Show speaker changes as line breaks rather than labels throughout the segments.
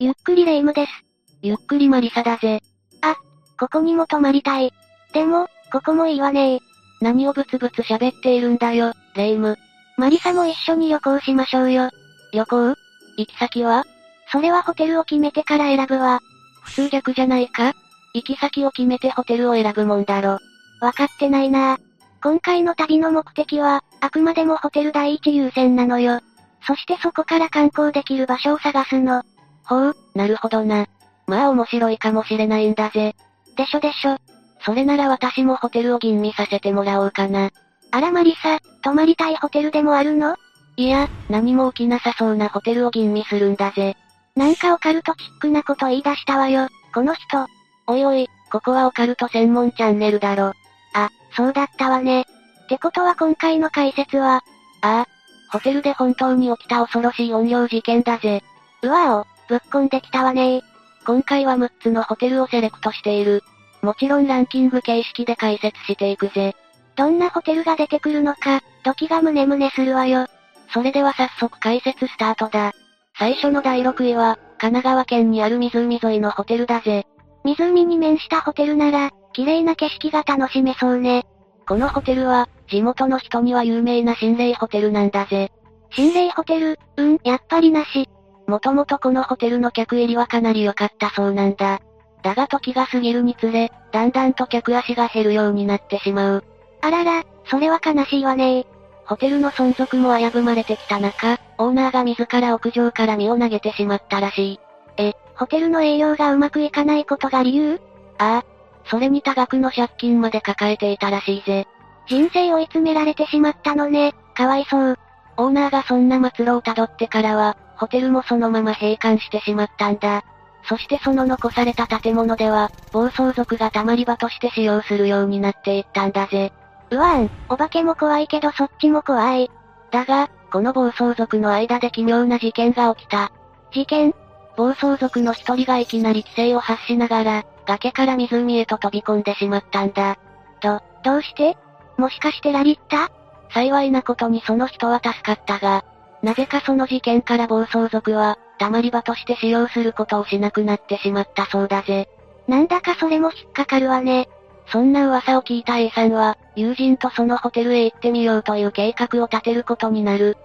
ゆっくりレ夢ムです。
ゆっくりマリサだぜ。
ここにも泊まりたい。でも、ここもいいわねー。
何をブツブツ喋っているんだよ、レイム。
マリサも一緒に旅行しましょうよ。
旅行行き先は
それはホテルを決めてから選ぶわ。
普通逆じゃないか行き先を決めてホテルを選ぶもんだろ。
わかってないなー。今回の旅の目的は、あくまでもホテル第一優先なのよ。そしてそこから観光できる場所を探すの。
ほう、なるほどな。まあ面白いかもしれないんだぜ。
でしょでしょ。
それなら私もホテルを吟味させてもらおうかな。
あらマリサ、泊まりたいホテルでもあるの
いや、何も起きなさそうなホテルを吟味するんだぜ。
なんかオカルトチックなこと言い出したわよ、この人。
おいおい、ここはオカルト専門チャンネルだろ。
あ、そうだったわね。ってことは今回の解説は、
ああ、ホテルで本当に起きた恐ろしい怨霊事件だぜ。
うわお、ぶっこんできたわねー。
今回は6つのホテルをセレクトしている。もちろんランキング形式で解説していくぜ。
どんなホテルが出てくるのか、ドキがムネムネするわよ。
それでは早速解説スタートだ。最初の第6位は、神奈川県にある湖沿いのホテルだぜ。
湖に面したホテルなら、綺麗な景色が楽しめそうね。
このホテルは、地元の人には有名な心霊ホテルなんだぜ。
心霊ホテル、うん、やっぱりなし。
もともとこのホテルの客入りはかなり良かったそうなんだ。だが時が過ぎるにつれ、だんだんと客足が減るようになってしまう。
あらら、それは悲しいわねー。
ホテルの存続も危ぶまれてきた中、オーナーが自ら屋上から身を投げてしまったらしい。
ホテルの営業がうまくいかないことが理由
ああ、それに多額の借金まで抱えていたらしいぜ。
人生追い詰められてしまったのね。かわいそう。
オーナーがそんな末路をたどってからは、ホテルもそのまま閉館してしまったんだ。そしてその残された建物では、暴走族がたまり場として使用するようになっていったんだぜ。
うわん、お化けも怖いけどそっちも怖い。
だが、この暴走族の間で奇妙な事件が起きた。
事件、
暴走族の一人がいきなり規制を発しながら、崖から湖へと飛び込んでしまったんだ。
どうしてもしかしてラリった
幸いなことにその人は助かったが、なぜかその事件から暴走族は、たまり場として使用することをしなくなってしまったそうだぜ。
なんだかそれも引っかかるわね。
そんな噂を聞いた A さんは、友人とそのホテルへ行ってみようという計画を立てることになる。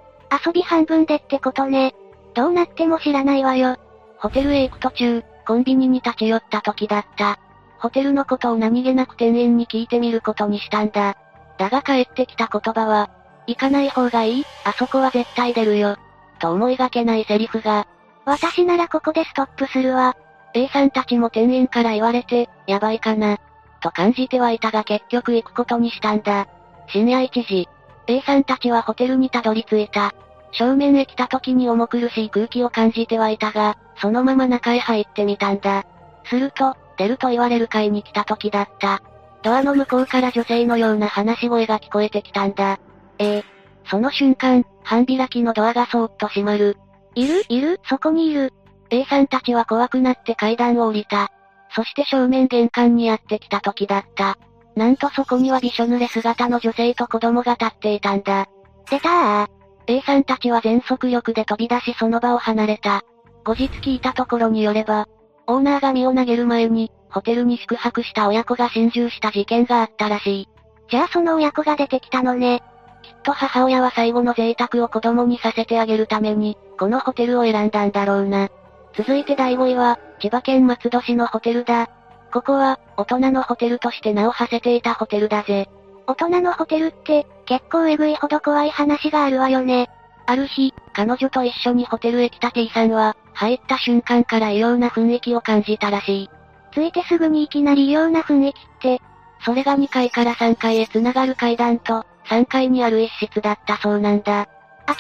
遊び半分でってことね。どうなっても知らないわよ。
ホテルへ行く途中、コンビニに立ち寄った時だった。ホテルのことを何気なく店員に聞いてみることにしたんだ。だが帰ってきた言葉は、行かない方がいい、あそこは絶対出るよ。と思いがけないセリフが、
私ならここでストップするわ。
A さんたちも店員から言われて、やばいかな。と感じてはいたが結局行くことにしたんだ。深夜1時、A さんたちはホテルにたどり着いた。正面へ来た時に重苦しい空気を感じてはいたが、そのまま中へ入ってみたんだ。すると、出ると言われる階に来た時だった。ドアの向こうから女性のような話し声が聞こえてきたんだ。ええその瞬間、半開きのドアがそーっと閉まる。
いるいるそこにいる。
A さんたちは怖くなって階段を降りた。そして正面玄関にやってきた時だった。なんとそこにはびしょ濡れ姿の女性と子供が立っていたんだ。
出たー。
A さんたちは全速力で飛び出しその場を離れた。後日聞いたところによれば、オーナーが身を投げる前に、ホテルに宿泊した親子が侵入した事件があったらしい。
じゃあその親子が出てきたのね。
きっと母親は最後の贅沢を子供にさせてあげるために、このホテルを選んだんだろうな。続いて第5位は、千葉県松戸市のホテルだ。ここは、大人のホテルとして名を馳せていたホテルだぜ。
大人のホテルって、結構えぐいほど怖い話があるわよね。
ある日、彼女と一緒にホテルへ来た T さんは、入った瞬間から異様な雰囲気を感じたらしい。
ついてすぐにいきなり異様な雰囲気って、
それが2階から3階へ繋がる階段と、3階にある一室だったそうなんだ。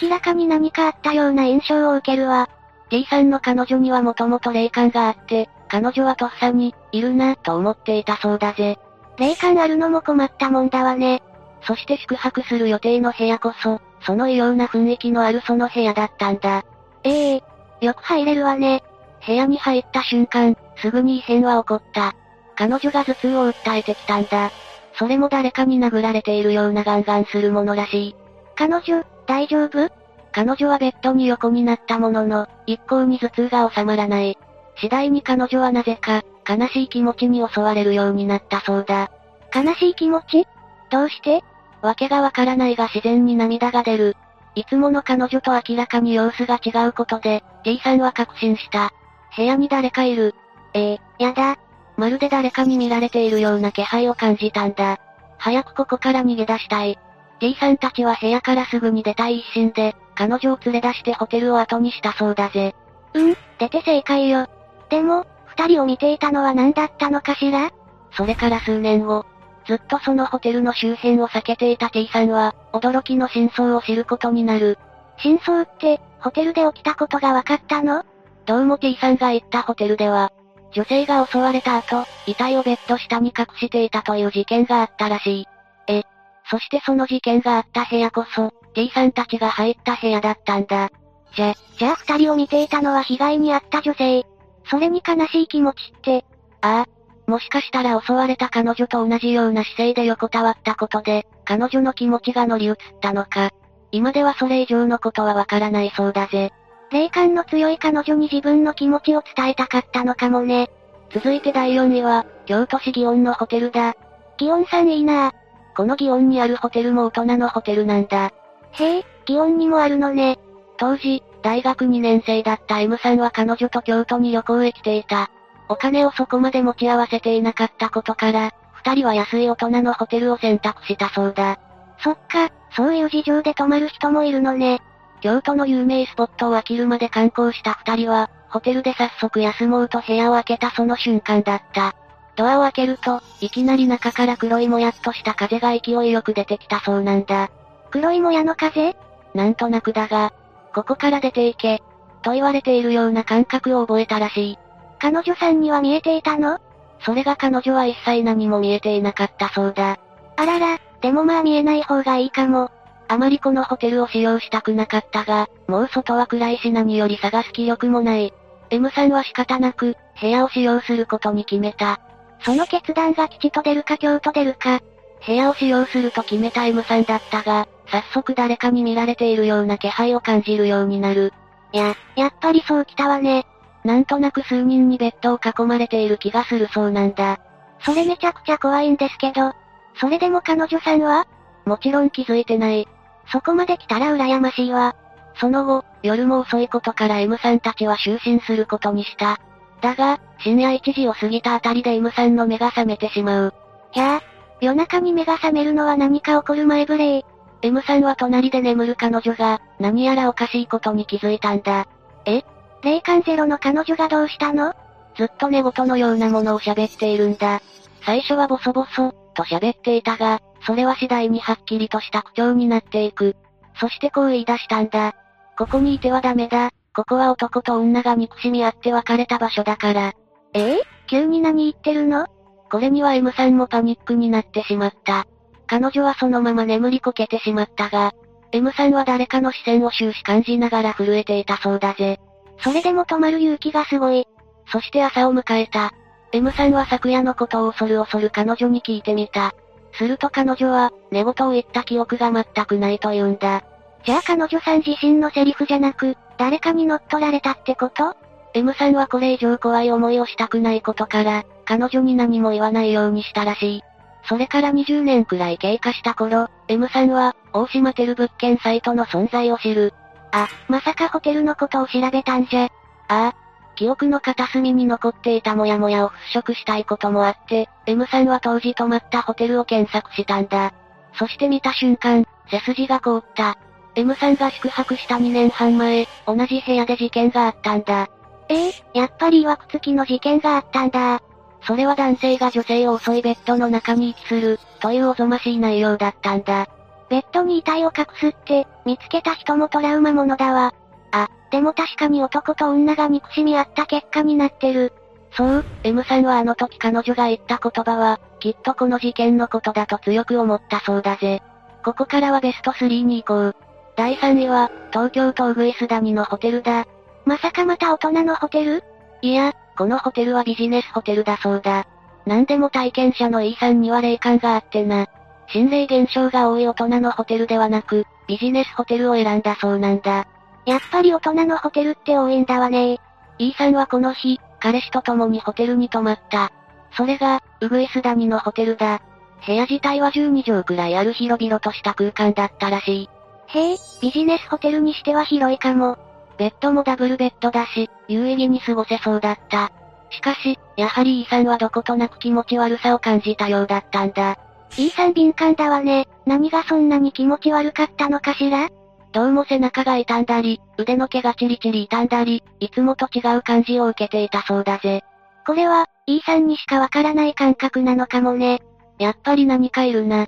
明らかに何かあったような印象を受けるわ。
T さんの彼女にはもともと霊感があって、彼女はとっさに、いるな、と思っていたそうだぜ。
霊感あるのも困ったもんだわね。
そして宿泊する予定の部屋こそ、その異様な雰囲気のあるその部屋だったんだ。
ええよく入れるわね。
部屋に入った瞬間、すぐに異変は起こった。彼女が頭痛を訴えてきたんだ。それも誰かに殴られているようなガンガンするものらしい。
彼女、大丈夫
彼女はベッドに横になったものの、一向に頭痛が収まらない。次第に彼女はなぜか、悲しい気持ちに襲われるようになったそうだ。
悲しい気持ちどうして
わけがわからないが自然に涙が出る。いつもの彼女と明らかに様子が違うことで、T さんは確信した。部屋に誰かいる。
ええー、やだ。
まるで誰かに見られているような気配を感じたんだ。早くここから逃げ出したい。T さんたちは部屋からすぐに出たい一心で、彼女を連れ出してホテルを後にしたそうだぜ。
うん、出て正解よ。でも、二人を見ていたのは何だったのかしら
それから数年後、ずっとそのホテルの周辺を避けていた T さんは、驚きの真相を知ることになる。
真相って、ホテルで起きたことが分かったの
どうも T さんが行ったホテルでは、女性が襲われた後、遺体をベッド下に隠していたという事件があったらしい。え、そしてその事件があった部屋こそ、T さんたちが入った部屋だったんだ。
じゃ、じゃあ二人を見ていたのは被害に遭った女性。それに悲しい気持ちって。
ああ。もしかしたら襲われた彼女と同じような姿勢で横たわったことで、彼女の気持ちが乗り移ったのか。今ではそれ以上のことはわからないそうだぜ。
霊感の強い彼女に自分の気持ちを伝えたかったのかもね。
続いて第4位は、京都市祇園のホテルだ。
祇園さんいいな
この祇園にあるホテルも大人のホテルなんだ。
へえ、祇園にもあるのね。
当時、大学2年生だった M さんは彼女と京都に旅行へ来ていた。お金をそこまで持ち合わせていなかったことから、二人は安い大人のホテルを選択したそうだ。
そっか、そういう事情で泊まる人もいるのね。
京都の有名スポットを飽きるまで観光した二人は、ホテルで早速休もうと部屋を開けたその瞬間だった。ドアを開けると、いきなり中から黒いもやっとした風が勢いよく出てきたそうなんだ。
黒いもやの風
なんとなくだが、ここから出ていけ、と言われているような感覚を覚えたらしい。
彼女さんには見えていたの
それが彼女は一切何も見えていなかったそうだ。
あらら、でもまあ見えない方がいいかも。
あまりこのホテルを使用したくなかったが、もう外は暗いし何より探す気力もない。M さんは仕方なく、部屋を使用することに決めた。
その決断が吉と出るか京と出るか。
部屋を使用すると決めた M さんだったが、早速誰かに見られているような気配を感じるようになる。
いや、やっぱりそうきたわね。
なんとなく数人にベッドを囲まれている気がするそうなんだ。
それめちゃくちゃ怖いんですけど、それでも彼女さんは
もちろん気づいてない。
そこまで来たら羨ましいわ。
その後、夜も遅いことから M さんたちは就寝することにした。だが、深夜1時を過ぎたあたりで M さんの目が覚めてしまう。
ひゃあ、夜中に目が覚めるのは何か起こる前触れ
M さんは隣で眠る彼女が、何やらおかしいことに気づいたんだ。
え霊感ゼロの彼女がどうしたの
ずっと寝言のようなものを喋っているんだ。最初はボソボソ、と喋っていたが、それは次第にはっきりとした口調になっていく。そしてこう言い出したんだ。ここにいてはダメだ。ここは男と女が憎しみ合って別れた場所だから。
えー、急に何言ってるの
これには M さんもパニックになってしまった。彼女はそのまま眠りこけてしまったが、M さんは誰かの視線を終始感じながら震えていたそうだぜ。
それでも止まる勇気がすごい。
そして朝を迎えた。M さんは昨夜のことを恐る恐る彼女に聞いてみた。すると彼女は、寝言を言った記憶が全くないと言うんだ。
じゃあ彼女さん自身のセリフじゃなく、誰かに乗っ取られたってこと
?M さんはこれ以上怖い思いをしたくないことから、彼女に何も言わないようにしたらしい。それから20年くらい経過した頃、M さんは、大島テル物件サイトの存在を知る。
あ、まさかホテルのことを調べたんじゃ。
ああ、記憶の片隅に残っていたモヤモヤを払拭したいこともあって、M さんは当時泊まったホテルを検索したんだ。そして見た瞬間、背筋が凍った。M さんが宿泊した2年半前、同じ部屋で事件があったんだ。
ええー、やっぱり曰くつきの事件があったんだ。
それは男性が女性を襲いベッドの中に遺棄する、というおぞましい内容だったんだ。
ベッドに遺体を隠すって、見つけた人もトラウマものだわ。あ、でも確かに男と女が憎しみ合った結果になってる。
そう、M さんはあの時彼女が言った言葉は、きっとこの事件のことだと強く思ったそうだぜ。ここからはベスト3に行こう。第3位は、東京都ウグイス谷のホテルだ。
まさかまた大人のホテル
いや、このホテルはビジネスホテルだそうだ。なんでも体験者の E さんには霊感があってな。心霊現象が多い大人のホテルではなく、ビジネスホテルを選んだそうなんだ。
やっぱり大人のホテルって多いんだわねー。
E さんはこの日、彼氏と共にホテルに泊まった。それが、ウグイス谷のホテルだ。部屋自体は12畳くらいある広々とした空間だったらしい。
へえ、ビジネスホテルにしては広いかも。
ベッドもダブルベッドだし、有意義に過ごせそうだった。しかし、やはり E さんはどことなく気持ち悪さを感じたようだったんだ。
E さん敏感だわね。何がそんなに気持ち悪かったのかしら
どうも背中が痛んだり、腕の毛がチリチリ痛んだり、いつもと違う感じを受けていたそうだぜ。
これは、E さんにしかわからない感覚なのかもね。
やっぱり何かいるな。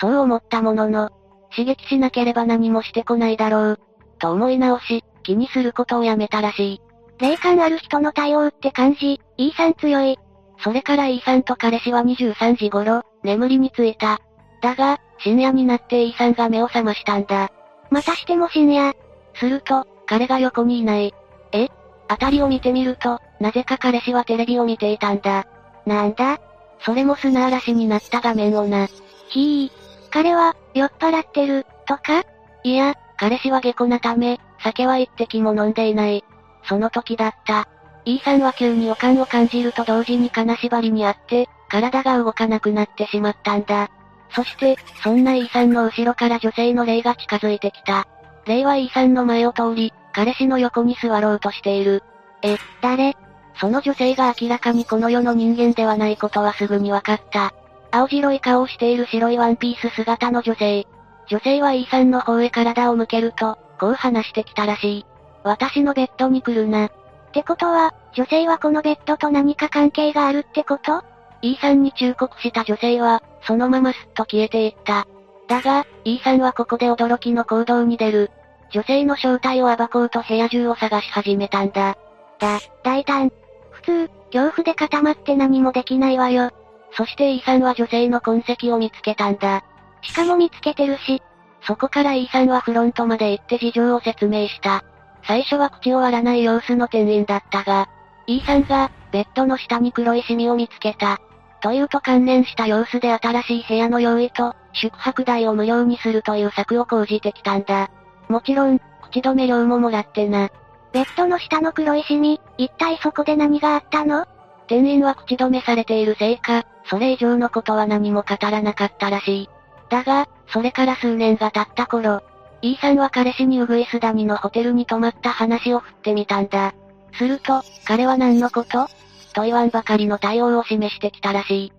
そう思ったものの、刺激しなければ何もしてこないだろう。と思い直し、気にすることをやめたらしい。
霊感ある人の対応って感じ、E さん強い。
それから E さんと彼氏は23時頃、眠りについた。だが、深夜になって E さんが目を覚ましたんだ。
またしても深夜、
すると、彼が横にいない。え辺りを見てみると、なぜか彼氏はテレビを見ていたんだ。
なんだ
それも砂嵐になった画面をな。
ひー。彼は、酔っ払ってる、とか
いや、彼氏は下戸なため、酒は一滴も飲んでいない。その時だった。E さんは急に予感を感じると同時に金縛りにあって、体が動かなくなってしまったんだ。そして、そんな E さんの後ろから女性の霊が近づいてきた。霊は E さんの前を通り、彼氏の横に座ろうとしている。
誰
その女性が明らかにこの世の人間ではないことはすぐに分かった。青白い顔をしている白いワンピース姿の女性。女性は E さんの方へ体を向けると、こう話してきたらしい。私のベッドに来るな。
ってことは、女性はこのベッドと何か関係があるってこと
E さんに忠告した女性は、そのまますっと消えていった。だが、E さんはここで驚きの行動に出る。女性の正体を暴こうと部屋中を探し始めたんだ。
だ、大胆。普通、恐怖で固まって何もできないわよ。
そして E さんは女性の痕跡を見つけたんだ。
しかも見つけてるし、
そこから E さんはフロントまで行って事情を説明した。最初は口を割らない様子の店員だったが、E さんが、ベッドの下に黒いシミを見つけた。というと関連した様子で新しい部屋の用意と、宿泊代を無料にするという策を講じてきたんだ。もちろん、口止め料ももらってな。
ベッドの下の黒いシミ、一体そこで何があったの
店員は口止めされているせいか、それ以上のことは何も語らなかったらしい。だが、それから数年が経った頃、E さんは彼氏にウグイス谷のホテルに泊まった話を振ってみたんだ。すると、彼は何のことと言わんばかりの対応を示してきたらし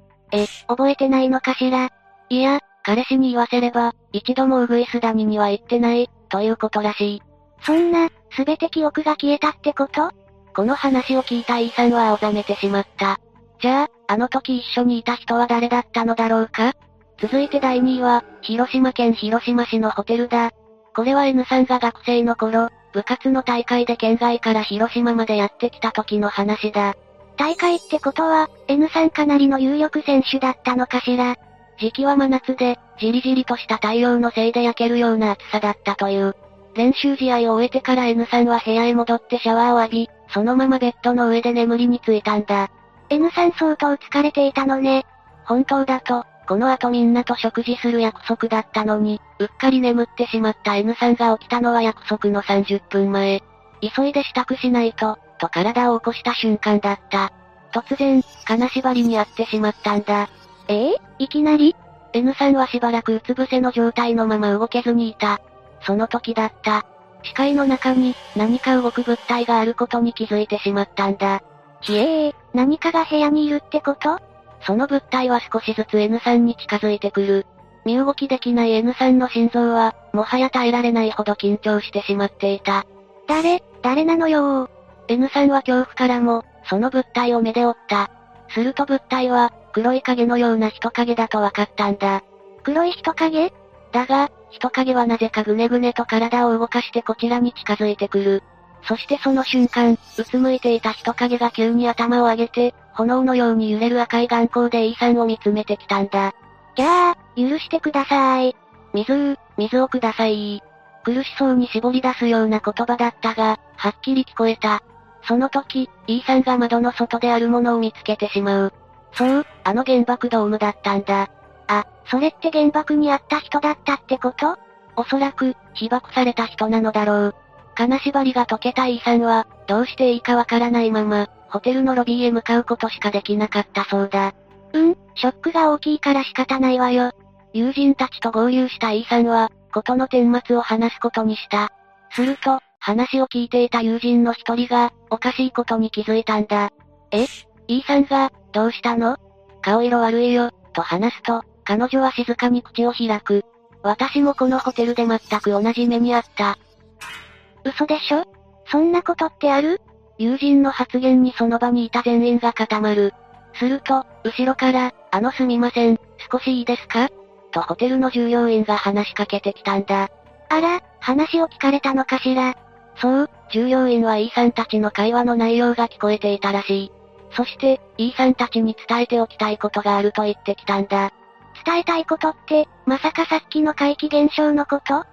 覚えてないのかしら
い。いや、彼氏に言わせれば、一度もウグイス谷には行ってない、ということらしい。
そんな、すべて記憶が消えたってこと
この話を聞いた E さんは青ざめてしまった。じゃあ、あの時一緒にいた人は誰だったのだろうか続いて第2位は、広島県広島市のホテルだ。これは N さんが学生の頃、部活の大会で県外から広島までやってきた時の話だ。
大会ってことは、N さんかなりの有力選手だったのかしら
時期は真夏で、じりじりとした太陽のせいで焼けるような暑さだったという。練習試合を終えてから N さんは部屋へ戻ってシャワーを浴び、そのままベッドの上で眠りについたんだ。
?N さん相当疲れていたのね。
本当だと、この後みんなと食事する約束だったのに、うっかり眠ってしまった N さんが起きたのは約束の30分前。急いで支度しないと、と体を起こした瞬間だった。突然、金縛りにあってしまったんだ。
ええいきなり
N さんはしばらくうつ伏せの状態のまま動けずにいた。その時だった。視界の中に、何か動く物体があることに気づいてしまったんだ。
ひえー、何かが部屋にいるってこと
その物体は少しずつ N さんに近づいてくる。身動きできない N さんの心臓は、もはや耐えられないほど緊張してしまっていた。
誰、誰なのよー
N さんは恐怖からも、その物体を目で追った。すると物体は、黒い影のような人影だと分かったんだ。
黒い人影
だが、人影はなぜかぐねぐねと体を動かしてこちらに近づいてくる。そしてその瞬間、うつむいていた人影が急に頭を上げて、炎のように揺れる赤い眼光で E さんを見つめてきたんだ。
ギャー、許してください。
水う、水をください。苦しそうに絞り出すような言葉だったが、はっきり聞こえた。その時、E さんが窓の外であるものを見つけてしまう。そう、あの原爆ドームだったんだ。
それって原爆にあった人だったってこと
おそらく、被爆された人なのだろう。金縛りが解けた E さんは、どうしていいかわからないまま、ホテルのロビーへ向かうことしかできなかったそうだ。
うん、ショックが大きいから仕方ないわよ。
友人たちと合流した E さんは、ことの顛末を話すことにした。すると、話を聞いていた友人の一人が、おかしいことに気づいたんだ。え ?E さんが、どうしたの顔色悪いよ、と話すと、彼女は静かに口を開く。私もこのホテルで全く同じ目にあった。
嘘でしょそんなことってある
友人の発言にその場にいた全員が固まる。すると、後ろから、あのすみません、少しいいですかとホテルの従業員が話しかけてきたんだ。
あら、話を聞かれたのかしら。
そう、従業員は E さんたちの会話の内容が聞こえていたらしい。そして、E さんたちに伝えておきたいことがあると言ってきたんだ。
伝えたいことって、まさかさっきの怪奇現象のこと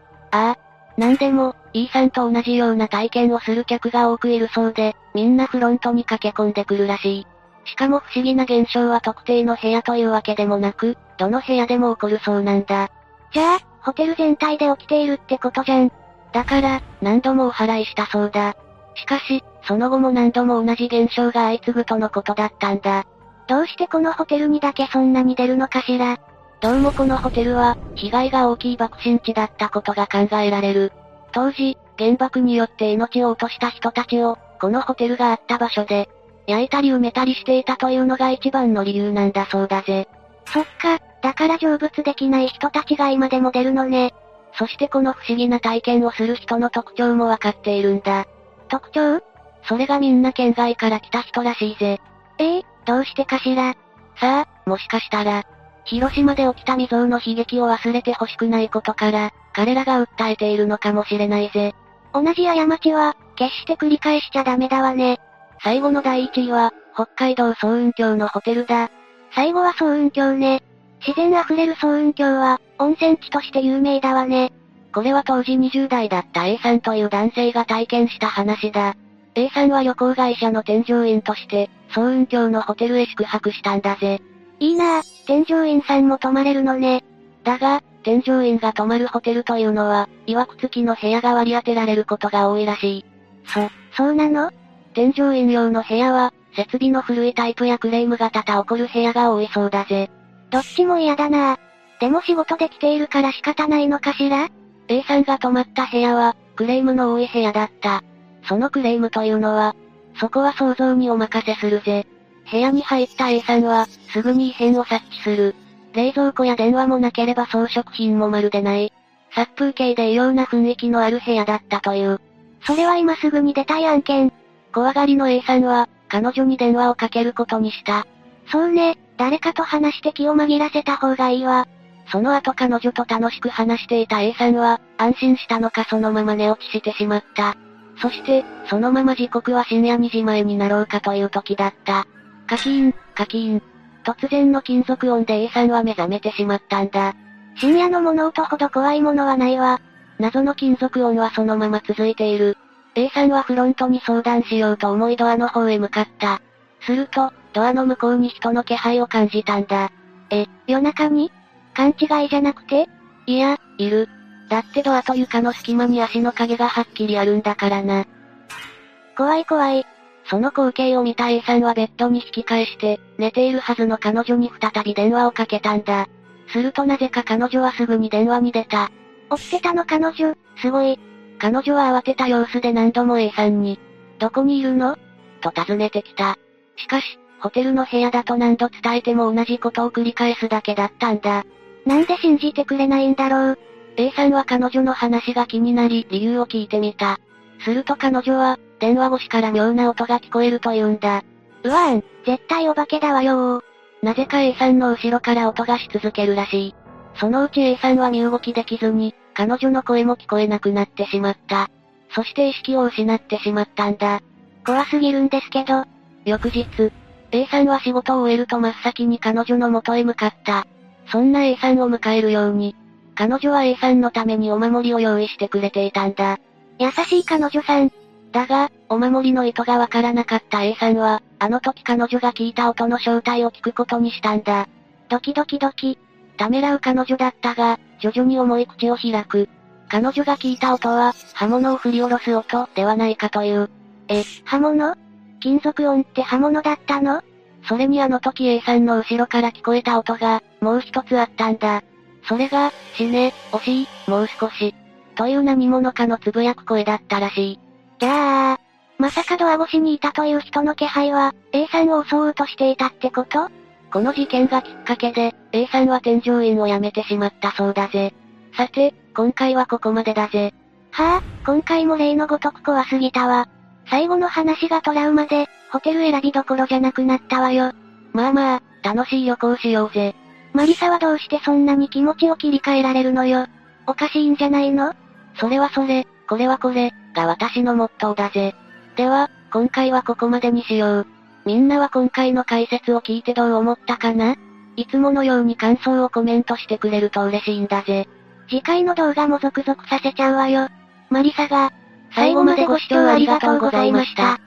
なんでも、E さんと同じような体験をする客が多くいるそうで、みんなフロントに駆け込んでくるらしい。しかも不思議な現象は特定の部屋というわけでもなく、どの部屋でも起こるそうなんだ。
じゃあ、ホテル全体で起きているってことじゃん。
だから、何度もお祓いしたそうだ。しかし、その後も何度も同じ現象が相次ぐとのことだったんだ。
どうしてこのホテルにだけそんなに出るのかしら。
どうもこのホテルは、被害が大きい爆心地だったことが考えられる。当時、原爆によって命を落とした人たちを、このホテルがあった場所で、焼いたり埋めたりしていたというのが一番の理由なんだそうだぜ。
そっか、だから成仏できない人たちが今でも出るのね。
そしてこの不思議な体験をする人の特徴もわかっているんだ。
特徴
それがみんな県外から来た人らしいぜ。
ええどうしてかしら。
さあ、もしかしたら、広島で起きた未曾有の悲劇を忘れてほしくないことから、彼らが訴えているのかもしれないぜ。
同じ過ちは、決して繰り返しちゃダメだわね。
最後の第1位は、北海道総雲峡のホテルだ。
最後は総雲峡ね。自然あふれる総雲峡は、温泉地として有名だわね。
これは当時20代だった A さんという男性が体験した話だ。A さんは旅行会社の添乗員として、総雲峡のホテルへ宿泊したんだぜ。
いいなぁ、添乗員さんも泊まれるのね。
だが、添乗員が泊まるホテルというのは、曰く付きの部屋が割り当てられることが多いらしい。
そうなの
添乗員用の部屋は、設備の古いタイプやクレームが多々起こる部屋が多いそうだぜ。
どっちも嫌だなぁ。でも仕事で来ているから仕方ないのかしら
A さんが泊まった部屋は、クレームの多い部屋だった。そのクレームというのは、そこは想像にお任せするぜ。部屋に入った A さんは、すぐに異変を察知する。冷蔵庫や電話もなければ装飾品もまるでない。殺風景で異様な雰囲気のある部屋だったという。
それは今すぐに出たい案件。
怖がりの A さんは、彼女に電話をかけることにした。
そうね、誰かと話して気を紛らせた方がいいわ。
その後彼女と楽しく話していた A さんは、安心したのかそのまま寝落ちしてしまった。そして、そのまま時刻は深夜2時前になろうかという時だった。カキーン、カキーン。突然の金属音で A さんは目覚めてしまったんだ。
深夜の物音ほど怖いものはないわ。
謎の金属音はそのまま続いている。A さんはフロントに相談しようと思いドアの方へ向かった。すると、ドアの向こうに人の気配を感じたんだ。
え、夜中に勘違いじゃなくて
いや、いる。だってドアと床の隙間に足の影がはっきりあるんだからな。
怖い怖い。
その光景を見た A さんはベッドに引き返して、寝ているはずの彼女に再び電話をかけたんだ。するとなぜか彼女はすぐに電話に出た。
起きてたの彼女、すごい。
彼女は慌てた様子で何度も A さんに、どこにいるのと尋ねてきた。しかし、ホテルの部屋だと何度伝えても同じことを繰り返すだけだったんだ。
なんで信じてくれないんだろう。
A さんは彼女の話が気になり、理由を聞いてみた。すると彼女は、電話越しから妙な音が聞こえると言うんだ。
うわん、絶対お化けだわよー。
なぜか A さんの後ろから音がし続けるらしい。そのうち A さんは身動きできずに、彼女の声も聞こえなくなってしまった。そして意識を失ってしまったんだ。
怖すぎるんですけど、
翌日、A さんは仕事を終えると真っ先に彼女の元へ向かった。そんな A さんを迎えるように、彼女は A さんのためにお守りを用意してくれていたんだ。
優しい彼女さん。
だが、お守りの意図がわからなかった A さんは、あの時彼女が聞いた音の正体を聞くことにしたんだ。
ドキドキドキ。
ためらう彼女だったが、徐々に重い口を開く。彼女が聞いた音は、刃物を振り下ろす音ではないかという。
え、刃物金属音って刃物だったの
それにあの時 A さんの後ろから聞こえた音が、もう一つあったんだ。それが、死ね、惜しい、もう少し。という何者かのつぶやく声だったらしい。
ギャー。まさかドア越しにいたという人の気配は、A さんを襲おうとしていたってこと
この事件がきっかけで、A さんは添乗員を辞めてしまったそうだぜ。さて、今回はここまでだぜ。
はあ、今回も例のごとく怖すぎたわ。最後の話がトラウマで、ホテル選びどころじゃなくなったわよ。
まあまあ、楽しい旅行しようぜ。
マリサはどうしてそんなに気持ちを切り替えられるのよ。おかしいんじゃないの
それはそれ、これはこれ、が私のモットーだぜ。では、今回はここまでにしよう。みんなは今回の解説を聞いてどう思ったかないつものように感想をコメントしてくれると嬉しいんだぜ。
次回の動画も続々させちゃうわよ。マリサが、
最後までご視聴ありがとうございました。